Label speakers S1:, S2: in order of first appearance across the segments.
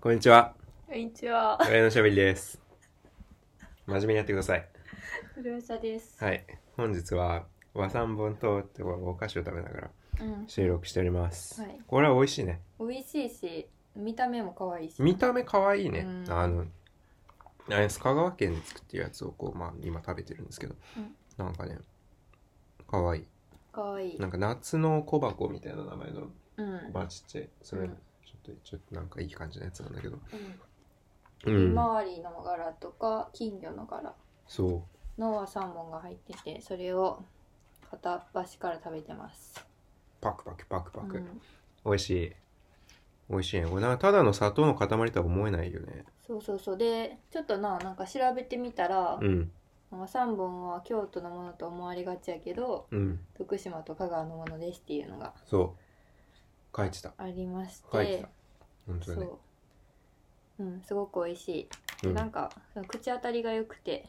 S1: こんにちは。
S2: こんにちは。
S1: ガヤのしゃべりです。真面目にやってください。
S2: ふるさです。
S1: はい。本日は和三本糖ってお菓子を食べながら
S2: うん。
S1: 収録しております。
S2: はい
S1: これは美味しいね。
S2: 美味しいし、見た目も可愛いし。
S1: 見た目可愛いね。
S2: うん
S1: あの、あれです香川県で作ってるやつをこう、まあ今食べてるんですけど、
S2: うん
S1: なんかね、可愛い
S2: 可愛い。
S1: なんか夏の小箱みたいな名前の、
S2: うん。
S1: まあちっちゃい、それ、
S2: うん
S1: ちょっと、ちょっとなんかいい感じのやつなんだけど。
S2: う。
S1: うん
S2: ひ
S1: ん
S2: ま。わりの柄とか、金魚の柄
S1: そう。
S2: の和三本が入ってて、それを片っ端から食べてます。
S1: パクパクパクパク。
S2: うん
S1: 美味しい。美味しいね。これなんかただの砂糖の塊とは思えないよね。
S2: そうそうそう。で、ちょっとな、なんか調べてみたら、
S1: うん。
S2: 和三本は京都のものと思われがちやけど、
S1: うん。
S2: 徳島と香川のものですっていうのが
S1: そう。書いてた。
S2: ありまして、
S1: 書いてた。本当
S2: そ
S1: だね。
S2: う。うん、すごく美味しい。
S1: う
S2: なん
S1: ん。
S2: かその口当たりが良くて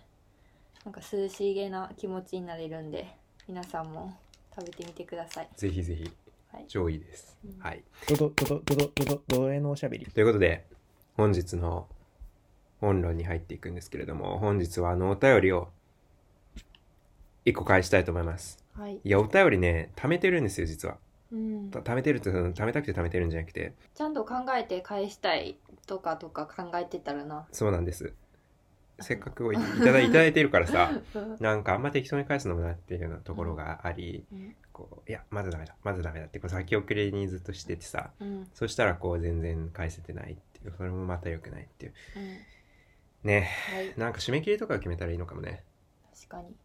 S2: なんか涼しげな気持ちになれるんで皆さんも食べてみてください
S1: ぜひぜひ
S2: はい。
S1: 上位です
S2: う。ん
S1: はい。
S3: ドドドドドドドドドへのおしゃべり。
S1: ということで、本日の本論に入っていくんですけれども、本日はあのお便りを一個返したいと思います。
S2: はい、
S1: いや、お便りね、貯めてるんですよ、実は。
S2: うん、
S1: た貯めてるって、その貯めたくて貯めてるんじゃなくて、
S2: ちゃんと考えて返したいとかとか考えてたらな
S1: そうなんです。せっかくいいただいただいてるからさ、
S2: うん
S1: なんかあんま適当に返すのもなっていうようなところがあり、
S2: うん
S1: こう、いや、まだダメだ、まだダメだって、こう先送りにずっとしててさ、
S2: うん
S1: そしたらこう全然返せてないっていう、それもまた良くないっていう。ね
S2: はい
S1: なんか締め切りとか決めたらいいのかもね。
S2: 確かに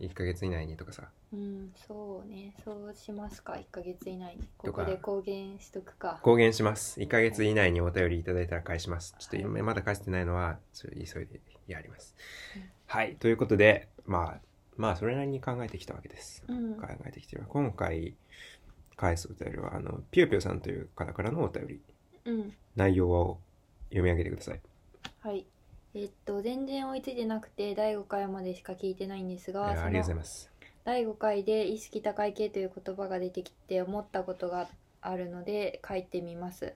S1: 1ヶ月以内にとかさ。
S2: うんそうねそうしますか1ヶ月以内に
S1: と
S2: こ
S1: か
S2: こで公言しとくか
S1: 公言します。1ヶ月以内にお便りいただいたら返します。ちょっと
S2: は
S1: 今
S2: い
S1: まだ返してないのは、ちょっと急いでやります
S2: うん。
S1: はい。ということで、まあ、まあ、それなりに考えてきたわけです。
S2: うん
S1: 考えてきてる今回返すお便りはあのピューピューさんという方からのお便り
S2: うん
S1: 内容を読み上げてください
S2: はいえっと全然追いついてなくて第5回までしか聞いてないんですが
S1: いやあ
S2: そ
S1: りがとうご
S2: の
S1: ざいます
S2: 第5回で意識高い系という言葉が出てきて思ったことがあるので書いてみます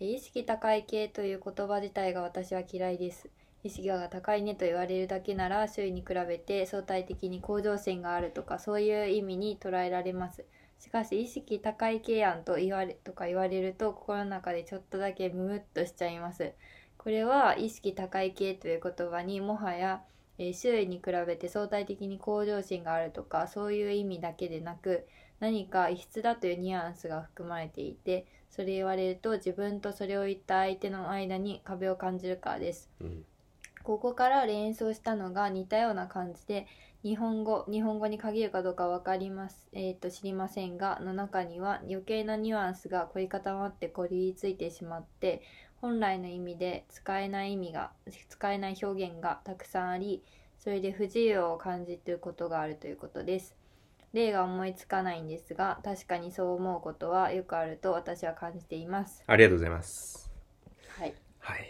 S2: え意識高い系という言葉自体が私は嫌いです意識が高いねと言われるだけなら周囲に比べて相対的に向上心があるとかそういう意味に捉えられますしかし意識高い系やんと言われとか言われると心の中でちょっとだけムムッとしちゃいますこれは意識高い系という言葉にもはやえー周囲に比べて相対的に向上心があるとかそういう意味だけでなく何か異質だというニュアンスが含まれていてそれ言われると自分とそれを言った相手の間に壁を感じるからです
S1: うん
S2: ここから連想したのが似たような感じで日本語日本語に限るかどうかわかります、えー、と知りませんがの中には余計なニュアンスが凝り固まって凝りついてしまって本来の意味で使えない意味が使えない表現がたくさんありそれで不自由を感じていることがあるということです例が思いつかないんですが確かにそう思うことはよくあると私は感じています
S1: ありがとうございます
S2: はい
S1: はい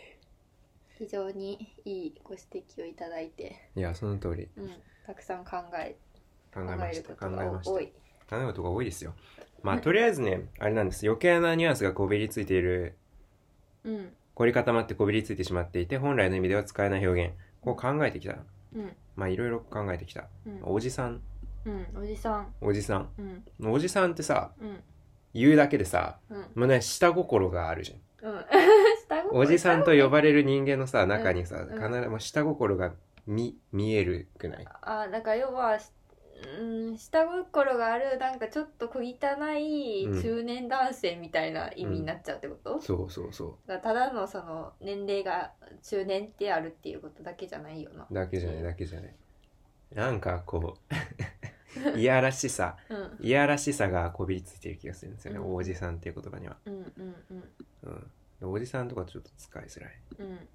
S2: 非常にいいご指摘をいただいて
S1: いやその通り
S2: うん、たくさん考え
S1: 考え
S2: 考
S1: ま
S2: え
S1: し
S2: る
S1: た
S2: こ
S1: 考
S2: と
S1: え
S2: が
S1: ました
S2: 多
S1: 考
S2: い。
S1: えることが多いですよまあとりあえずねあれなんです余計なニュアンスがこびりついている
S2: うん、
S1: 凝り固まってこびりついてしまっていて本来の意味では使えない表現こう考えてきた
S2: うん、
S1: まあいろいろ考えてきた
S2: うん、
S1: おじさん
S2: うん、おじさん、
S1: おじさん
S2: うん、
S1: おじさんってさ
S2: うん、
S1: 言うだけでさ
S2: うん、
S1: もうね下心があるじゃん
S2: うん、
S1: おじさんと呼ばれる人間のさ中にさ
S2: うん
S1: 必ずもう下心が見見えるくない
S2: あ、だから要は、しうん、下心があるなんかちょっと小汚い
S1: うん
S2: 中年男性みたいな意味になっちゃうってこと、
S1: そうそうそ
S2: だからただのその年齢が中年ってあるっていうことだけじゃないよな
S1: うだけじゃないだけじゃないなんかこ ういやらしさ
S2: うん
S1: いやらしさがこびりついてる気がするんですよね、
S2: うん
S1: おじさんっていう言葉には、
S2: うんうんうん
S1: うん、でおじさんとかちょっと使いづらい、
S2: うんうん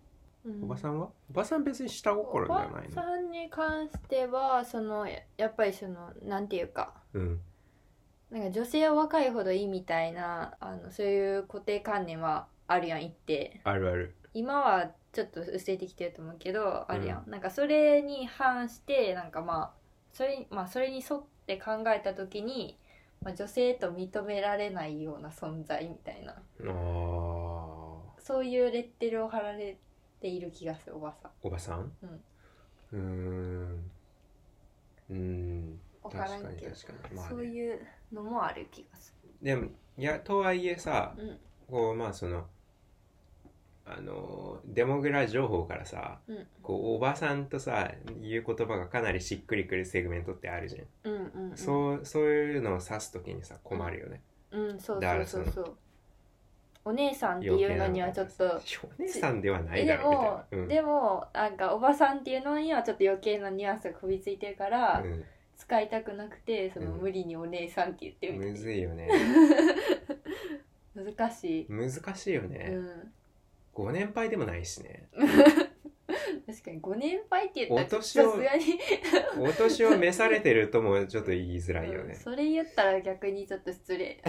S1: おばさんはおばさん別に下心じゃない
S2: おば
S1: の
S2: さんに関してはそのややっぱりそのなんていうか
S1: うん
S2: なんか女性は若いほどいいみたいなあのそういう固定観念はあるやん一定
S1: あるある
S2: 今はちょっと薄れてきてると思うけどあるやん、なんかそれに反してなんかまあそれ,、まあ、それに沿って考えた時に、まあ、女性と認められないような存在みたいな
S1: あー
S2: そういうレッテルを貼られている気がするおばさん
S1: おばさんうーんうーん
S2: わ
S1: 確
S2: か
S1: から
S2: ん
S1: に
S2: けど
S1: 確かにまあ、
S2: そう
S1: ね、
S2: いうのもある気がす
S1: でもいやとはいえさ
S2: るうん
S1: こうまあそのあのデモグラ情報からさ
S2: うん
S1: こうおばさんとさ言う言葉がかなりしっくりくるセグメントってあるじゃん、
S2: うんうんうん
S1: そうそういうのを指す時にさ困るよね、
S2: うんそう
S1: だか
S2: そ
S1: ら
S2: う
S1: そ
S2: そ
S1: の
S2: うそうお姉さんっていうのにはちょっと
S1: お姉さんではな
S2: え
S1: いだ
S2: で
S1: ろうみた
S2: も、
S1: いなうん
S2: でもなんかおばさんっていうのにはちょっと余計なニュアンスがこびついてるから、
S1: うん
S2: 使いたくなくてその
S1: うん
S2: 無理にお姉さんって言ってみ
S1: む
S2: て、
S1: ずいよ ね
S2: 難しい、
S1: 難しいよ
S2: う
S1: ね、
S2: ん、
S1: ご年配でもないし ね
S2: 確かにご年配って言ったら
S1: お年
S2: さすが
S1: を
S2: に、
S1: お年を召されてるともちょっと言いづらいよ
S2: うん
S1: ね、
S2: それ言ったら逆にちょっと 失礼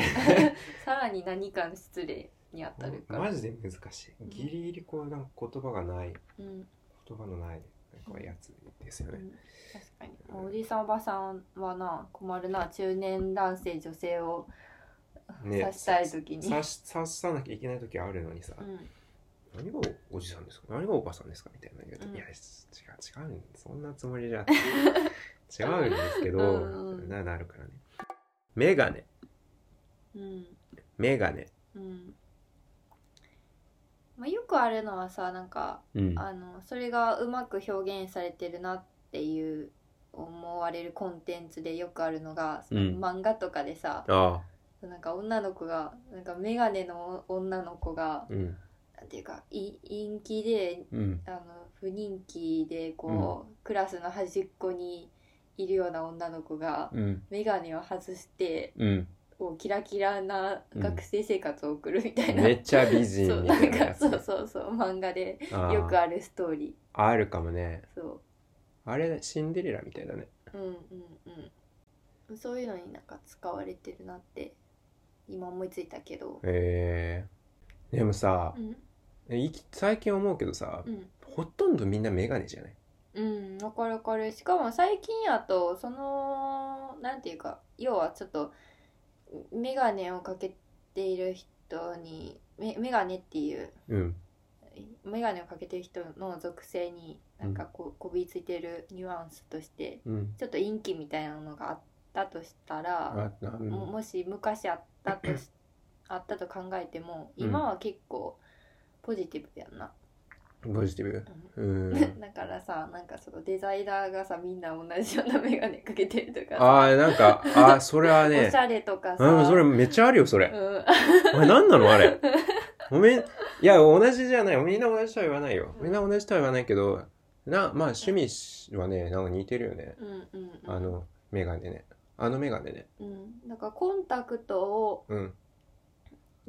S2: さらに何かの失礼に当たるから、
S1: マジで難しいギリギリこうなんか言葉がない
S2: うん
S1: 言葉のないなんかやつですよ
S2: う
S1: ね、
S2: ん確かにまあおじさんおばさんはな困るな中年男性女性を
S1: ね
S2: 刺したい時に、
S1: 刺し刺さなきゃいけない時あるのにさ、
S2: うん
S1: 何がおおじさんですか何がおばさんですかみたいな言うと、
S2: うん
S1: いや違う違うんそんなつもりじ ゃ違うんですけど
S2: うんうん
S1: ななるからねメガネ
S2: うん
S1: メガネ
S2: うんまあ、よくあるのはさなんか
S1: うん
S2: あのそれがうまく表現されてるなっていう思われるコンテンツでよくあるのが、その
S1: うん
S2: 漫画とかでさ
S1: あ
S2: なんか女の子がなんか眼鏡の女の子が
S1: うん
S2: なんていうかい陰気で
S1: うん
S2: あの不人気でこう、クラスの端っこにいるような女の子が
S1: うん
S2: 眼鏡を外して
S1: うん
S2: こうキラキラな学生生活を送るみたいな、
S1: めっちゃ美人
S2: そう
S1: み
S2: な
S1: た
S2: ん
S1: いな
S2: か
S1: やつ
S2: そうそうそう漫画で
S1: あー
S2: よくあるストーリ
S1: あるかもね
S2: ーそ
S1: あれシンデレラみたいだね
S2: ううんうんうんそういうのになんか使われてるなって今思いついたけど
S1: へえでもさ
S2: う、ん
S1: いき最近思うけどさ、
S2: うん
S1: ほとんどみんなメガネじゃない
S2: うんわかるわかるしかも最近やとそのなんていうか要はちょっと眼鏡をかけている人にめ眼鏡っていう
S1: うん
S2: 眼鏡をかけてる人の属性になんかこうこびりついてるニュアンスとして、
S1: うん
S2: ちょっと陰気みたいなのがあったとしたら、
S1: あなう
S2: も
S1: ん
S2: もし昔あったとしあったと考えても
S1: うん
S2: 今は結構ポジティブやんな、
S1: ポジティブう
S2: うん んだからさなんかそのデザイナーがさみんな同じような眼鏡かけてるとか
S1: あ
S2: さ、
S1: あ、なんか、ああ、それは
S2: お
S1: ね
S2: し、ゃれとかさ、
S1: うん、それめっちゃあるよ、それ。
S2: うん、
S1: お前何なのあれ。ごめん、いや、同じじゃない。みんな同じとは言わないよ。みんな同じとは言わないけど、な、まあ、趣味はね、なんか似てるよね。
S2: うんうんうん
S1: あの、メガネね。あのメガネね。
S2: うん、なんかコンタクトを
S1: うん。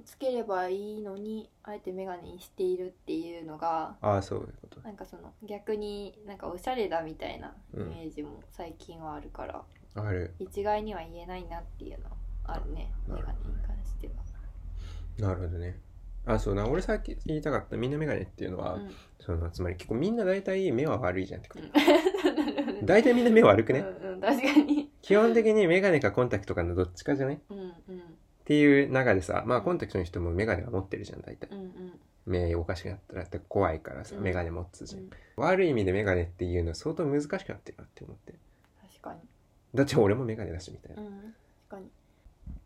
S2: つければいいのにあえて眼鏡にしているっていうのが
S1: ああ、そういうこと。
S2: なんかその逆になんかおしゃれだみたいなイメージも最近はあるから、
S1: ある。
S2: 一概には言えないなっていうのはあるね
S1: な
S2: メ
S1: る
S2: ガ
S1: ほ
S2: ネに関しては。
S1: なるほどね。あ、そうな。俺さっき言いたかった、みんなメガネっていうのは、
S2: うん
S1: その、つまり結構みんな大体目は悪いじゃんってこと。
S2: うん
S1: 大体みんな目悪くね。
S2: うんうん、確かに。
S1: 基本的にメガネかコンタクトかのどっちかじゃね
S2: うんうん
S1: っていう中でさまあコンタクトの人もメガネは持ってるじゃん大体
S2: うんうん
S1: 目おかしくなったらって怖いからさ
S2: うん
S1: メガネ持つじゃん、
S2: うん
S1: 悪い意味でメガネっていうのは相当難しくなってるなって思って
S2: 確かに。
S1: だって俺もメガネだしみたいうなん
S2: 確かに。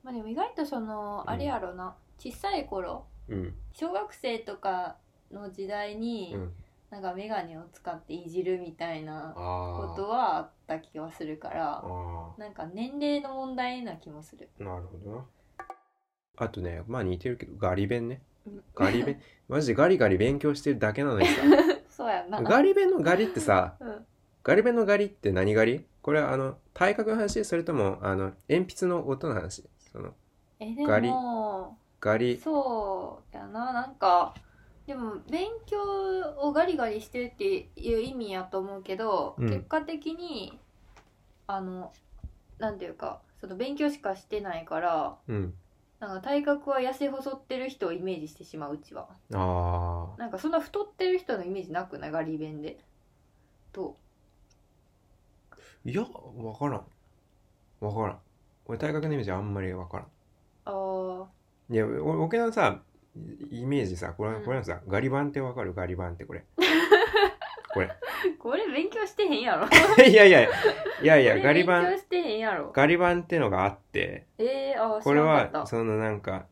S2: まあでも意外とその
S1: うん
S2: あれやろな小さい頃
S1: うん
S2: 小学生とかの時代に、
S1: うん
S2: なんかメガネを使っていじるみたいなこ
S1: あ
S2: とはあった気はするか
S1: あ
S2: ら
S1: あ
S2: なんか年齢の問題な気もする。
S1: ーなるほどなあとねまあ似てるけどガリ勉ね
S2: うん
S1: ガリ 勉マジでガリガリ勉強してるだけなのにさ
S2: そうやんな。
S1: ガリ勉のガリってさ
S2: うん
S1: ガリ勉のガリって何ガリこれはあの体格の話それともあの鉛筆の音の話その
S2: えで
S1: ガリ
S2: も
S1: ガリ
S2: そうやななんかでも勉強をガリガリしてるっていう意味やと思うけど、
S1: うん
S2: 結果的にあのなんていうかその勉強しかしてないから
S1: うん
S2: なんか体格は痩せ細ってる人をイメージしてしまううちは
S1: ああ
S2: なんかそんな太ってる人のイメージなくないガリ弁でと
S1: いや、わからん。わからん。俺、体格のイメージあんまりわから
S2: あー
S1: ん。いや、お沖縄さ、イメージさこれ
S2: うん
S1: これなんさ、ガリ版ってわかるガリ版ってこれ これ
S2: これ勉強してへんやろ
S1: いやいやいやい
S2: い
S1: やガリ
S2: 勉
S1: 版
S2: 強してへんやろ
S1: ガリ版ってのがあって
S2: えー、あー
S1: これ
S2: 知らんか
S1: は
S2: った
S1: そのなんか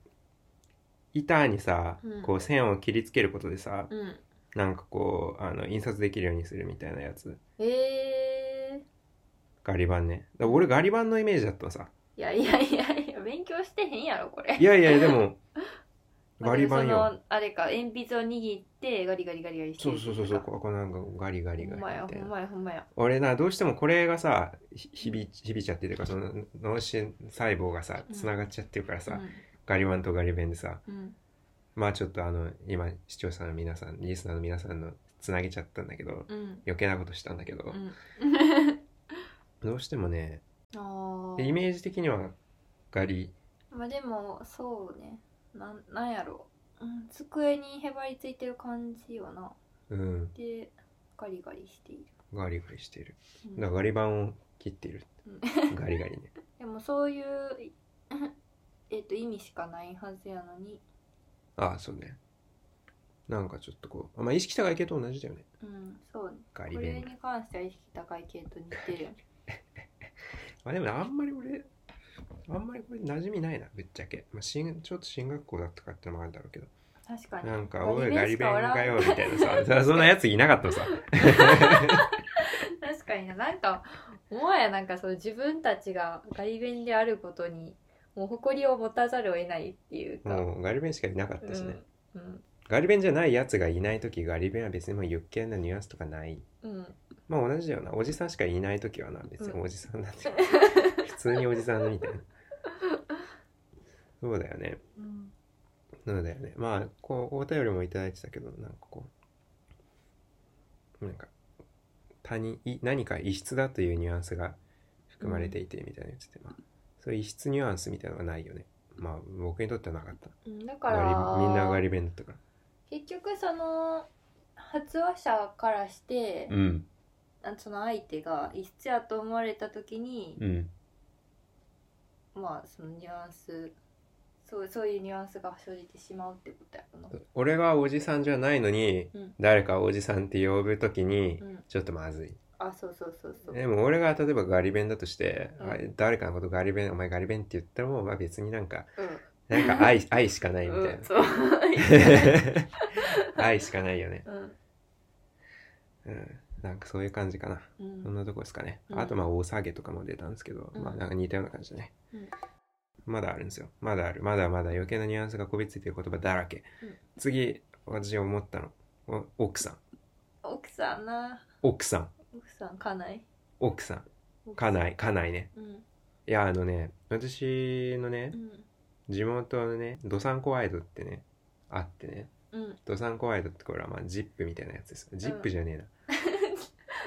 S1: 板にさ、
S2: うん
S1: こう線を切りつけることでさ、
S2: うん
S1: なんかこうあの印刷できるようにするみたいなやつ
S2: え
S1: ガリ版ねだから俺ガリ版のイメージだったのさ
S2: ー、いやいやいやいや勉強してへんやろこれ
S1: いやいやでも
S2: ま
S1: ガ
S2: あ
S1: リ
S2: でも
S1: 版よ
S2: そのあれか鉛筆を握ってガリガリガリガリして
S1: そう
S2: る
S1: そうそうそう
S2: ってこ
S1: こうなんかガリガ
S2: と
S1: リ
S2: か
S1: ガ
S2: ほ
S1: リ
S2: んまや
S1: みた
S2: ほ
S1: い
S2: ん
S1: な
S2: まやほんまや
S1: 俺などうしてもこれがさひ響い響いちゃってるかその脳神細胞がさ
S2: うん
S1: つながっちゃってるからさ、
S2: うん
S1: ガリ版とガリ弁でさ
S2: うん
S1: まあちょっとあの今視聴者の皆さんリスナーの皆さんのつなげちゃったんだけど
S2: うん
S1: 余計なことしたんだけど、
S2: うん
S1: どうしてもね
S2: あ
S1: イ
S2: ー
S1: メージ的にはガリ
S2: まあでもそうねなんなんやろう、うん、机にへばりついてる感じよな
S1: うん
S2: でガリガリしている、
S1: ガリガリしている
S2: うん
S1: だからガリ版を切っている
S2: うん
S1: ガリガリね
S2: でもそういうえっと意味しかないはずやのに
S1: ああそうねなんかちょっとこうまあ意識高い系と同じだよね
S2: うんそうね
S1: ガ
S2: こ
S1: リ
S2: れ
S1: 弁
S2: に関しては意識高い系と似てるよね
S1: まあでもあんまり俺あんまりこれ馴染みないなぶっちゃけ、まあ、しんちょっと進学校だったかってのもあるだろうけど
S2: 確かに
S1: なんか「
S2: ガリ
S1: おい
S2: 弁
S1: ガリ弁
S2: しか
S1: か
S2: 笑
S1: よ」
S2: わ
S1: みたいなさそそんなやついなかった のさ
S2: 確かにななんかもはやなんかそう自分たちがガリ弁であることにもう誇りを持たざるを得ないっていうか、
S1: もうガリ弁しかいなかったしね、
S2: うん
S1: ガリ弁じゃないやつがいない時ガリ弁は別にもうユッケなニュアンスとかない
S2: うんうん
S1: まあ同じだよなおじさんしかいない時はな別に
S2: うん
S1: おじさんなんて、 普通におじさんみたいなそうだよね
S2: うん
S1: そうだよねまあこうお便りもいただいてたけどなんかこうなんか他人い何か異質だというニュアンスが含まれていてみたいなやつで、まあ、そういう異質ニュアンスみたいなのがないよねまあ僕にとってはなかった
S2: うんだ
S1: ガ
S2: から
S1: リみんなガリ弁だったから
S2: 結局その発話者からして、
S1: うん
S2: あその相手が異質やと思われた時に、
S1: うん
S2: まあそのニュアンスそうそういうニュアンスが生じてしまうってことやろな
S1: 俺がおじさんじゃないのに、
S2: うん
S1: 誰かおじさんって呼ぶときに
S2: うん
S1: ちょっとまずい、
S2: あそうそうそうそう
S1: でも俺が例えばガリ弁だとして、
S2: うん
S1: あ誰かのことガリ弁お前ガリ弁って言ったらもうまあ別になんか
S2: う
S1: なんか 愛愛しかないみ
S2: ん、
S1: たい
S2: うん、そう
S1: な愛しかないよね、
S2: うん
S1: うん、なんかそういう感じかな
S2: う
S1: そん
S2: ん
S1: なとこですかね、
S2: うん
S1: あとまあ大下げとかも出たんですけど、
S2: うん
S1: まあなんか似たような感じだね、
S2: うん
S1: まだあるんですよまだあるまだまだ余計なニュアンスがこびりついてる言葉だらけ、
S2: うん
S1: 次私思ったのお奥さん
S2: 奥さんな
S1: 奥さん
S2: 奥さん家内
S1: 奥さん家内家内ね
S2: うん
S1: いやあのね私のね
S2: うん
S1: 地元のねドサンコワイドってねあってね
S2: うん
S1: ドサンコワイドってこれはまあジップみたいなやつですジップじゃねえな、ジッ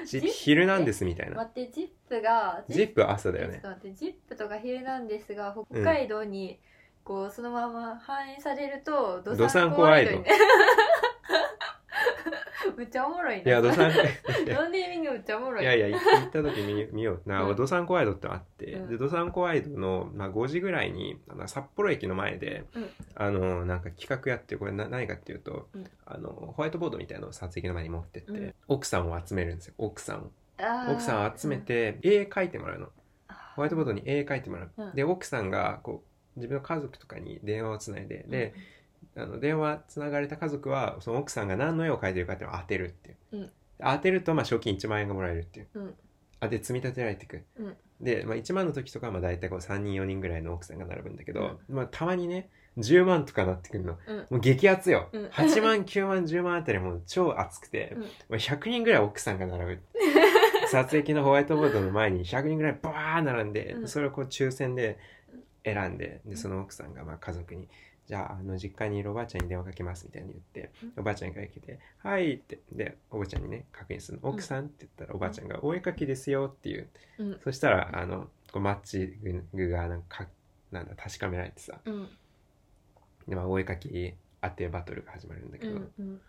S2: ジ
S1: プ
S2: ップ
S1: ヒルナンデスみたいな
S2: 待ってジップが
S1: ジップ朝だよ
S2: ちょっ
S1: ね
S2: と待ってジップとかヒルナンデスが北海道にこうそのまま反映されると
S1: ドサンコワイド
S2: ドサンコワイドにむっちゃおもろい
S1: い
S2: な
S1: やド サン
S2: ロンデーミングむっちゃおもろ い
S1: いやいや行った時見見ような、
S2: うん
S1: ドサンコワイドってあって、
S2: うん
S1: でドサンコワイドの、まあ、5時ぐらいにあの札幌駅の前で、
S2: うん
S1: あのなんか企画やってこれな何かっていうと、
S2: うん
S1: あのホワイトボードみたいなのを撮影の前に持ってって、
S2: うん
S1: 奥さんを集めるんですよ奥さんを
S2: あー
S1: 奥さんを集めて、絵描いてもらうのホワイトボードに絵描いてもらう、
S2: うん
S1: で奥さんがこう自分の家族とかに電話をつないで、であの電話つながれた家族はその奥さんが何の絵を描いてるかっていうのを当てるっていう、
S2: うん
S1: 当てるとまあ賞金1万円がもらえるっていう、
S2: うん
S1: あで積み立てられていく、
S2: うん
S1: で、まあ、1万の時とかはまあ大体こう3人4人ぐらいの奥さんが並ぶんだけど、まあ、たまにね10万とかなってくるの
S2: うん
S1: もう激アツよ、
S2: うん
S1: 8万9万10万あたりもう超熱くて、
S2: うん
S1: もう100人ぐらい奥さんが並 ぶ撮影機のホワイトボードの前に100人ぐらいバー並んで、
S2: うん
S1: それをこう抽選で
S2: うん
S1: 選んで
S2: う
S1: で
S2: ん
S1: その奥さんがまあ家族に「じゃああの実家にいるおばあちゃんに電話かけます」みたいに言って、
S2: うん
S1: おばあちゃんが来て「はい」ってでおばあちゃんにね確認するの「
S2: ん
S1: 奥さん」って言ったらおばあちゃんが「お絵かきですよ」っていう、
S2: うん
S1: そしたらあのこうマッチ具がなんかかなんだ確かめられてさ
S2: うん
S1: で、まあ、お絵かき当てバトルが始まるんだけ
S2: う
S1: ど、
S2: んうん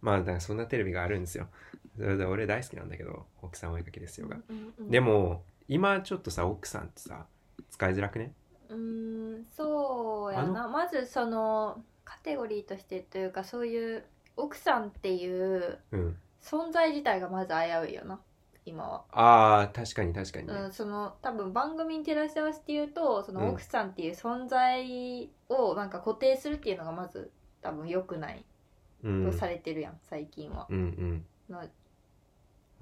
S1: まあだからそんなテレビがあるんですよ。それで俺大好きなんだけど奥さんお絵かきですよが。
S2: うんうん
S1: でも今ちょっとさ奥さんってさ使いづらくね
S2: うーんそうや
S1: あ
S2: なまずそのカテゴリーとしてというかそういう奥さんっていう
S1: うん。
S2: 存在自体がまず危ういよな今は。
S1: ああ、確かに確かにね。
S2: うん、その多分番組に照らし合わせて言うとそ
S1: うん
S2: の奥さんっていう存在をなんか固定するっていうのがまず多分良くない
S1: うん。
S2: とされてるやん、最近は。
S1: うんうん。
S2: の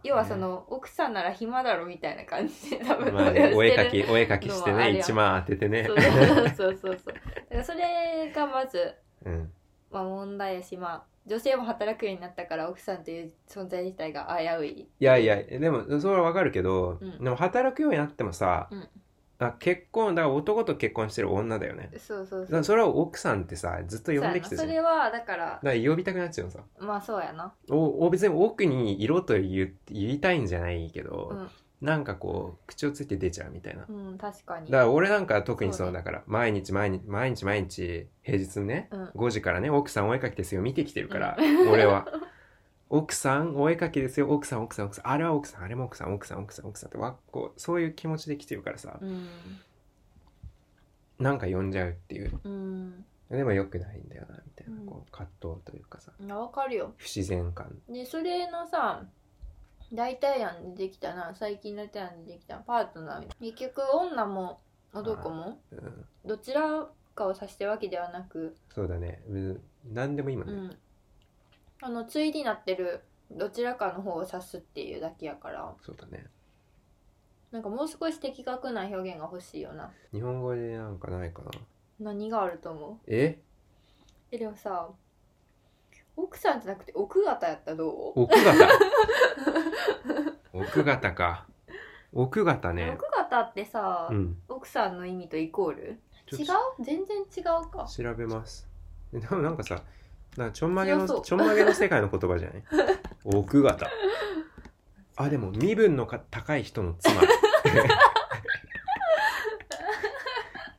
S2: 要はその、奥さんなら暇だろみたいな感じで多分
S1: まあ
S2: 動揺
S1: ね、お絵
S2: して
S1: 描
S2: る
S1: き、お絵描きして
S2: のはあ
S1: ね、
S2: れや
S1: 1万当ててね
S2: そ。うそうそうそうそうだからそれがまず、
S1: うん。
S2: まあ、問題やし、まあ、女性も働くようになったから奥さんという存在自体が危うい
S1: いやいや、でも、それはわかるけど、
S2: うん
S1: でも働くようになってもさ、
S2: うん
S1: あ結婚、だから男と結婚してる女だよね。
S2: そうそう
S1: だ
S2: そ
S1: か
S2: う
S1: らそれを奥さんってさ、ずっと
S2: そ
S1: 呼
S2: う
S1: ん
S2: や
S1: で
S2: な
S1: きて
S2: そ
S1: る
S2: れはだから
S1: だから呼びたくなっちゃうのさ。
S2: まあそうやな
S1: おお別に奥にいろと言う言いたいんじゃないけど、
S2: うん
S1: なんかこう、口をついて出ちゃうみたいな。
S2: うん確かに
S1: だから俺なんか特にそう
S2: そうね
S1: だから、毎日毎日毎日毎日平日ね、
S2: うん
S1: 5時からね奥さんお絵描きですよ見てきてるから、
S2: うん
S1: 俺は奥さんお絵描きですよ奥さん奥さん奥さんあれは奥さんあれも奥さん奥さん奥さん奥さんってわこうそういう気持ちで来てるからさ、
S2: うん
S1: なんか呼んじゃうっていう
S2: うん
S1: でもよくないんだよなみたいな、
S2: うん
S1: こう葛藤というかさ
S2: いやわかるよ
S1: 不自然感
S2: でそれのさ大体案でできたな最近の提案でできたパートナーみたいな結局女も男も
S1: うん
S2: どちらかを指してるわけではなく、
S1: そうだねうん何でも今
S2: う
S1: ね、
S2: ん、あの対になってるどちらかの方を指すっていうだけやから
S1: そうだね
S2: なんかもう少し的確な表現が欲しいよな
S1: 日本語でなんかないかな
S2: 何があると思う
S1: え
S2: えでもさ奥さんじゃなくて奥方やったらどう、
S1: 奥方奥方か奥方ね
S2: 奥方ってさ、
S1: うん
S2: 奥さんの意味とイコール違
S1: ちょ
S2: う
S1: っと
S2: 全然違うか
S1: 調べますでもなんかさなんかちょんまげの
S2: 強そう
S1: ちょんまげの世界の言葉じゃない奥方あでも身分のか高い人の妻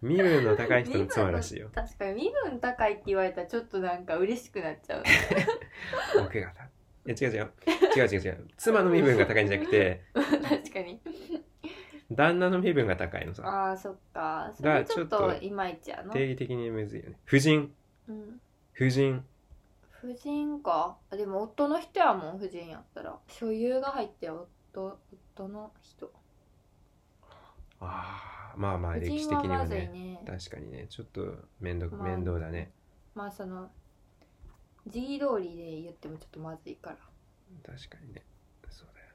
S1: 身分の高い人の妻らしいよ
S2: 身分確かに身分高いって言われたらちょっとなんか嬉しくなっち ゃうね
S1: 奥方いや違う違う違う違う違う妻の身分が高いんじゃなくて
S2: 確かに
S1: 旦那の身分が高いのさ
S2: ああそっかそ
S1: だから
S2: れ
S1: ち
S2: ち
S1: ょ
S2: ょ
S1: っ
S2: っ
S1: と
S2: といまいちやな、
S1: 定義的にむずいよね夫人
S2: うん、
S1: 夫人
S2: 夫人かあでも夫の人やもん夫人やったら所有が入ってる夫夫の人
S1: ああまあまあ
S2: 夫
S1: 歴史
S2: 人
S1: 的
S2: は
S1: には
S2: まずい
S1: ね
S2: ね
S1: 確かにねちょっと面倒
S2: まあ
S1: 面倒だね
S2: まあその字通りで言ってもちょっとまずいから
S1: 確かにねそうだよね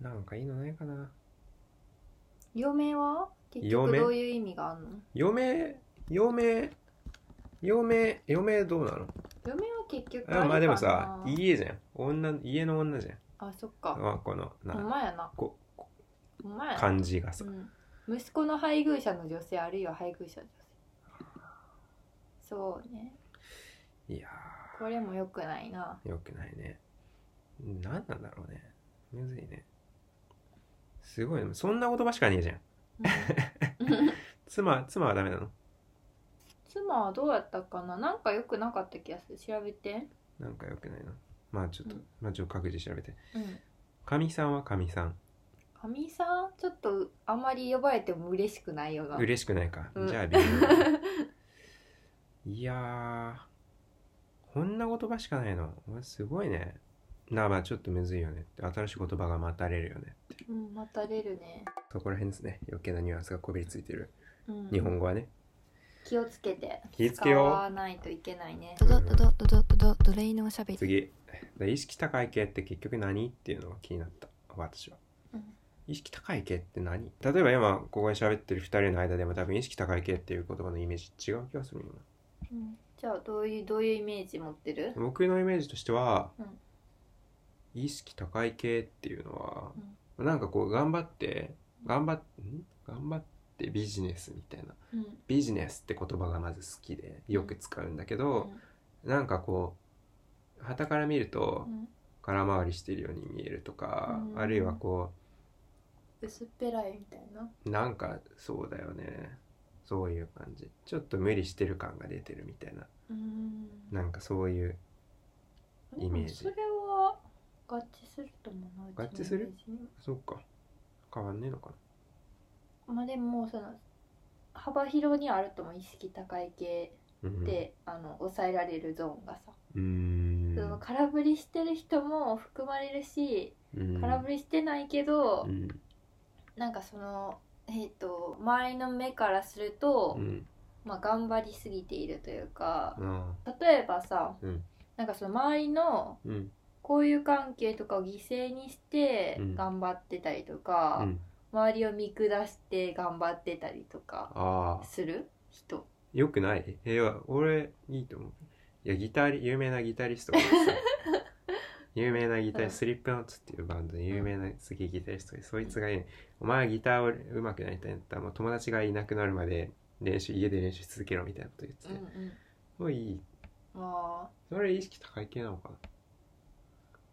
S1: なんかいいのないかな
S2: 嫁は結
S1: 嫁
S2: 局どういう意味があるの
S1: 嫁嫁嫁嫁どうなの
S2: 嫁は結局あれ
S1: あ
S2: かな
S1: まあでもさ家じゃん女家の女じゃん
S2: あそっか
S1: あこの
S2: ほん
S1: な
S2: まやな
S1: ここ
S2: ほんまやな
S1: 感じがさ
S2: うん、息子の配偶者の女性あるいは配偶者の女性そうね
S1: いや
S2: これも良くないな
S1: ーよくないね何なんだろうねむずいねすごいねそんな言葉しかねえじゃん
S2: うん
S1: 妻妻はダメなの
S2: 妻はどうやったかななんか良くなかった気がする調べて
S1: なんかよくないな。まあちょっと、
S2: うん
S1: まあちょっと各自調べて。
S2: うん
S1: 神さんは神さん。
S2: かみさんちょっとあまり呼ばれても嬉しくないよな
S1: 嬉しくないか。
S2: うん
S1: じゃあ微妙。 いやー、こんな言葉しかないの。うわすごいね。なあまあちょっとむずいよね。新しい言葉が待たれるよね。
S2: うん待たれるね、
S1: そこら辺ですね。余計なニュアンスがこびりついてる。
S2: うん、
S1: 日本語はね。
S2: 気をつけて
S1: 気ぃつ
S2: 使
S1: けよ
S2: わないといけないね
S1: うん
S2: ドドドドドレイのおしゃべ
S1: う。次。だ意識高い系って結局何っていうのが気になった。私は。
S2: うん
S1: 意識高い系って何例えば今ここに喋ってる2人の間でも多分意識高い系っていう言葉のイメージ違う気がするよな
S2: うんじゃあどういうどういうイメージ持ってる
S1: 僕のイメージとしては、
S2: うん
S1: 意識高い系っていうのは、なんかこう頑張って頑張ってん頑張ってビジネスみたいな
S2: うん
S1: ビジネスって言葉がまず好きでよく使うんだけど、なんかこう傍から見ると
S2: うん
S1: 空回りしてるように見えるとか、
S2: うん
S1: あるいはこ
S2: 薄っぺらいみたいな
S1: うなんかそうだよねそういう感じちょっと無理してる感が出てるみたいな
S2: うん
S1: なんかそういうイメージ
S2: でもそれは合致すると思うなうちの
S1: 合致する
S2: イメージに
S1: そっか変わんねえのかな
S2: まあでももうその幅広にあるとも意識高い系
S1: うん
S2: で、あの抑えられるゾーンがさ、
S1: うーん
S2: その空振りしてる人も含まれるし、
S1: うん
S2: 空振りしてないけど、
S1: うん
S2: なんかそのえっ、と周りの目からすると、
S1: うん
S2: まあ頑張りすぎているというか、
S1: あ
S2: 例えばさ、
S1: うん
S2: なんかその周りの
S1: ーうん
S2: 交友関係とかを犠牲にして
S1: うん
S2: 頑張ってたりとか、
S1: うん
S2: 周りを見下して頑張ってたりとか
S1: ああ
S2: する人
S1: よくないえいや俺いいと思ういやギタリ有名なギタリストがさ 有名なギタリ
S2: うん
S1: スリップノッツっていうバンドで有名なすげえギタリストでそいつがいい、お前はギターを上手くなりたいんだったらもう友達がいなくなるまで練習家で練習し続けろみたいなこと言って
S2: うんう
S1: て、
S2: ん
S1: もういい
S2: あ
S1: それ意識高い系なのか
S2: ー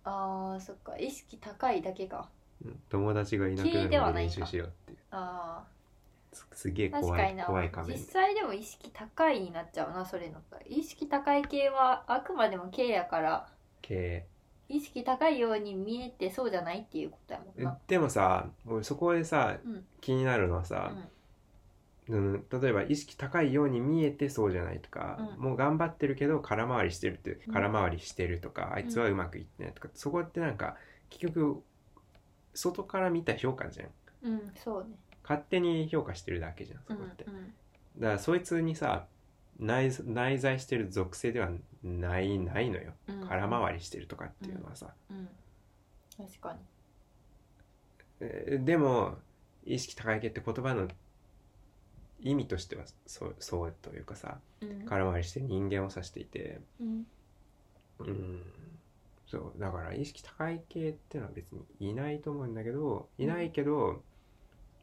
S2: あーそっか意識高いだけか
S1: な、うん、友達がいなくな
S2: 聞いて
S1: る
S2: は
S1: ま
S2: な
S1: で
S2: い
S1: 練習
S2: か
S1: しようっていう
S2: あ
S1: すすげえ
S2: ー確
S1: 怖
S2: か
S1: い
S2: にな
S1: 怖い仮
S2: 実
S1: 面
S2: 際でも意識高いになっちゃうなそれの意識高い系はあくまでも K やから
S1: 系
S2: 意識高いように見えてそうじゃないっていうことやもん
S1: え
S2: な
S1: でもさ俺そこでさ、
S2: うん
S1: 気になるのはさ、うん例えば意識高いように見えてそうじゃないとか、
S2: うん
S1: もう頑張ってるけど空回りしてるって
S2: うん
S1: 空回りしてるとか、あいつはうまくいってないとかそこってなんか結局外から見た評価じゃん
S2: うん、うん、そうね
S1: 勝手に評価してるだけじゃん
S2: う
S1: そ
S2: んう
S1: こって、
S2: ん
S1: だからそいつにさ内内在してる属性ではないないのよ
S2: うん
S1: 空回りしてるとかっていうのはさ、
S2: うん確かに
S1: えーでも意識高い系って言葉の意味としてはそうそうというかさ
S2: うん
S1: 空回りして人間を指していて
S2: うん
S1: うんそうだから意識高い系ってのは別にいないと思うんだけどいないけど、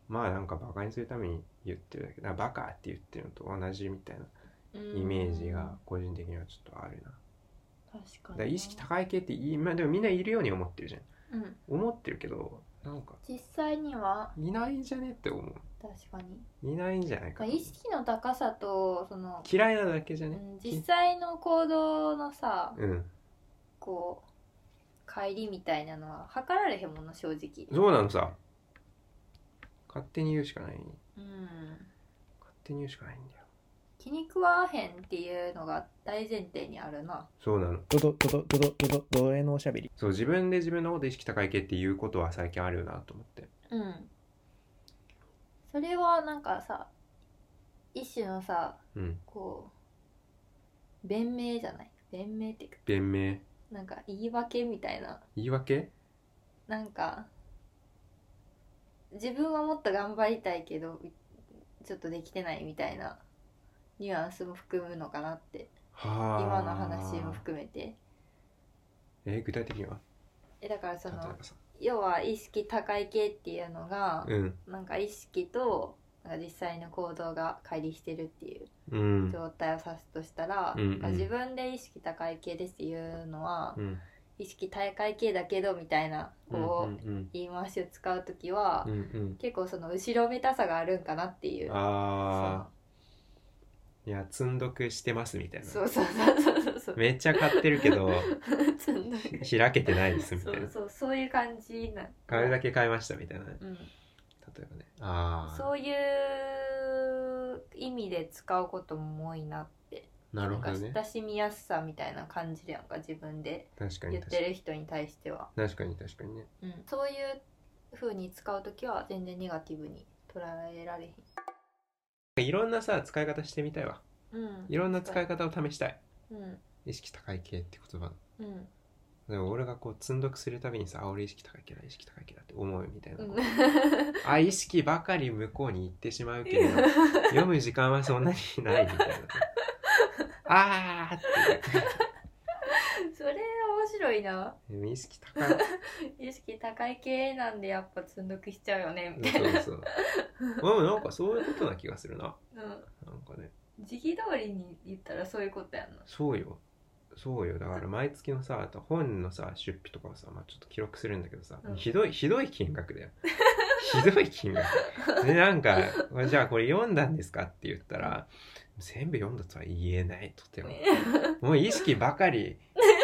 S1: まあなんかバカにするために言ってるだけだからバカって言ってるのと同じみたいなイメージが個人的にはちょっとあるな、
S2: 確か
S1: だ
S2: に
S1: か
S2: な
S1: ら意識高い系っていいまあでもみんないるように思ってるじゃん
S2: うん
S1: 思ってるけどなんか
S2: 実際にはい
S1: ないんじゃねって思
S2: 確かに、
S1: ういないんじゃない
S2: ま
S1: か
S2: あ、
S1: な
S2: 意識の高さとその、
S1: 嫌いなだけじゃ
S2: う
S1: ね
S2: ん、実際の行動のさ
S1: うん
S2: こう帰りみたいなのは測られへんもんな正直
S1: そうなのさ勝手に言うしかない
S2: うん
S1: 勝手に言うしかないんだよ
S2: 気に食わへんっていうのが大前提にあるな
S1: そうなの
S3: ドドドドドドドドド A のおしゃべり。
S1: そう自分で自分のこと意識高い系っていうことは最近あるよなと思って
S2: うんそれはなんかさ一種のさ
S1: うん
S2: こう弁明じゃない弁明っていうか
S1: 弁明
S2: なんか言い訳みたいな
S1: 言い訳
S2: なんか自分はもっと頑張りたいけどちょっとできてないみたいなニュアンスも含むのかなって
S1: はあ
S2: 今の話も含めて
S1: え具体的には
S2: えだからそ
S1: 例えば
S2: の
S1: さ
S2: 要は意識高い系っていうのが、
S1: うん
S2: なんか意識となんか実際の行動が乖離してるっていう
S1: うん
S2: 状態を指すとしたら、
S1: うんうん
S2: なんか自分で意識高い系ですっていうのは、
S1: うん
S2: 意識大会系だけどみたいな
S1: うんう
S2: こうん言い回しを使う時は、
S1: うんうん
S2: 結構その後ろめたさがあるんかなっていう
S1: ああいや積んどくしてますみたいな
S2: そうそうそうそうそうそう
S1: めっちゃ買ってるけど
S2: つんどい
S1: 開けてないですみ
S2: そ
S1: たいな
S2: うそうそういう感じな
S1: これだけ買いましたみたいな例
S2: うん、
S1: えばねああ
S2: そういう意味で使うことも多いなって
S1: なるほど
S2: ん
S1: ね
S2: か親しみやすさみたいな感じやんか自分で
S1: 確かに
S2: 言っ
S1: 確
S2: て
S1: かに
S2: る人に対しては、
S1: 確かに確かにね
S2: うん、そういう風に使う時は全然ネガティブに捉えられへん
S1: いろんなさ使い方してみたいわ
S2: うん、
S1: いろんな使い方を試したい
S2: うん
S1: 意識高い系って言葉
S2: うん
S1: でも俺がこう積んどくするたびにさあ俺意識高い系だ意識高い系だって思うみたいな、
S2: うん
S1: こうあ意識ばかり向こうに行ってしまうけれど読む時間はそんなにないみたいなあーって
S2: それ面白いな
S1: でも意識高い
S2: 意識高い系なんでやっぱ積んどくしちゃうよねみたい
S1: そうそううんなんかそういうことな気がするな
S2: な、う
S1: なんかね
S2: ん、時期通りに言ったらそういうことやんな
S1: そうよそうよだから毎月のさあと本のさ出費とかをさ、まあ、ちょっと記録するんだけどさ、
S2: うん
S1: ひどいひどい金額だよ ひどい金額でなんか「じゃあこれ読んだんですか?」って言ったら「全部読んだとは言えないとても」もう意識ばかり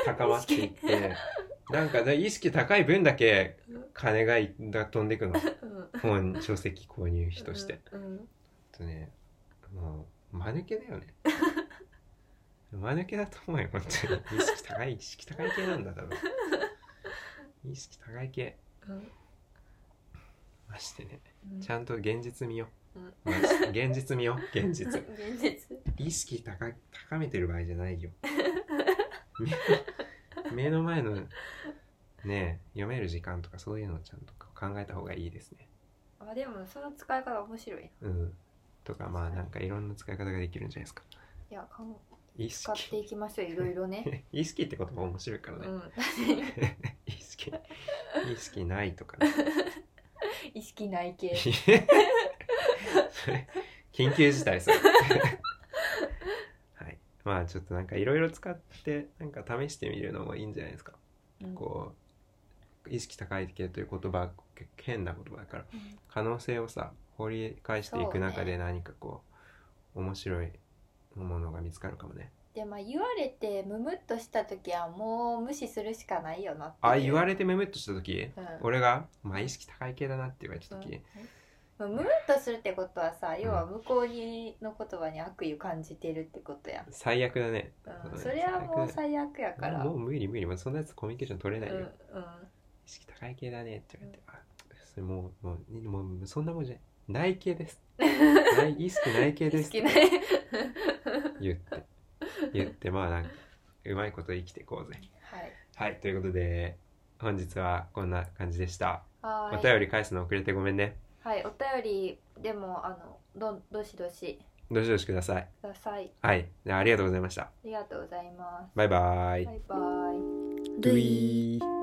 S1: 高まっていっ
S2: 意
S1: てなんかで意識高い分だけ金がいが飛んでくの
S2: うん
S1: 本書籍購入費として。
S2: うん
S1: とねもう間抜けだよね間抜けだと思うよ本当に意識高い意識高い系なんだ多分意識高い系
S2: うん
S1: ましてね
S2: うん
S1: ちゃんと現実見よう
S2: うん、
S1: マジで現実見よう現 実
S2: 現実
S1: 意識高高めてる場合じゃないよ 目の目の前のねえ読める時間とかそういうのをちゃんと考えた方がいいですね
S2: あでもその使い方面白いな
S1: うんとかまあなんかいろんな使い方ができるんじゃないですか
S2: いやかん
S1: 意
S2: 使って
S1: 識
S2: いきましょういろいろ ね
S1: 意識って言葉面白いか
S2: う
S1: らね、
S2: ん
S1: 意識意識ないとか、ね、
S2: 意識ない系
S1: それ緊急事態それはいまあちょっとなんかいろいろ使ってなんか試してみるのもいいんじゃないですか
S2: うん
S1: こう意識高い系という言葉け変な言葉だから
S2: うん
S1: 可能性をさ掘り返していく中
S2: そ
S1: で何かこう面白いものが見つかるかもね
S2: でまあ言われてムムっとした時はもう無視するしかないよなっていう
S1: あ言われてメムっとした時、
S2: うん
S1: 俺が、まあ、意識高い系だなって言われた時、
S2: まあムムっとするってことはさ要は向こうにの言葉に悪意を感じてるってことやん、
S1: 最悪だね、
S2: うん、それはもう
S1: 最悪
S2: 最悪や
S1: だ
S2: か
S1: よ
S2: ら
S1: もう無理無理もうそんなやつコミュニケーション取れ
S2: うん
S1: な
S2: う
S1: いよ、意
S2: ん
S1: 識高い系だねって言われて、あそれもうもうにもうそんなもんじゃないない系です ない意識ない系で
S2: 好
S1: す
S2: きな
S1: 言って言ってまあなんかうまいこと生きていこうぜ
S2: はい
S1: はいということで本日はこんな感じでした、
S2: はーい
S1: お便り返すの遅れてごめんね
S2: はい、お便りでもあのどんどしどし
S1: どしどしください
S2: ください。
S1: はいじゃあありがとうございました
S2: ありがとうございます。
S1: バイバイ、
S2: バイバ
S1: ド
S2: イ。
S1: ゥイー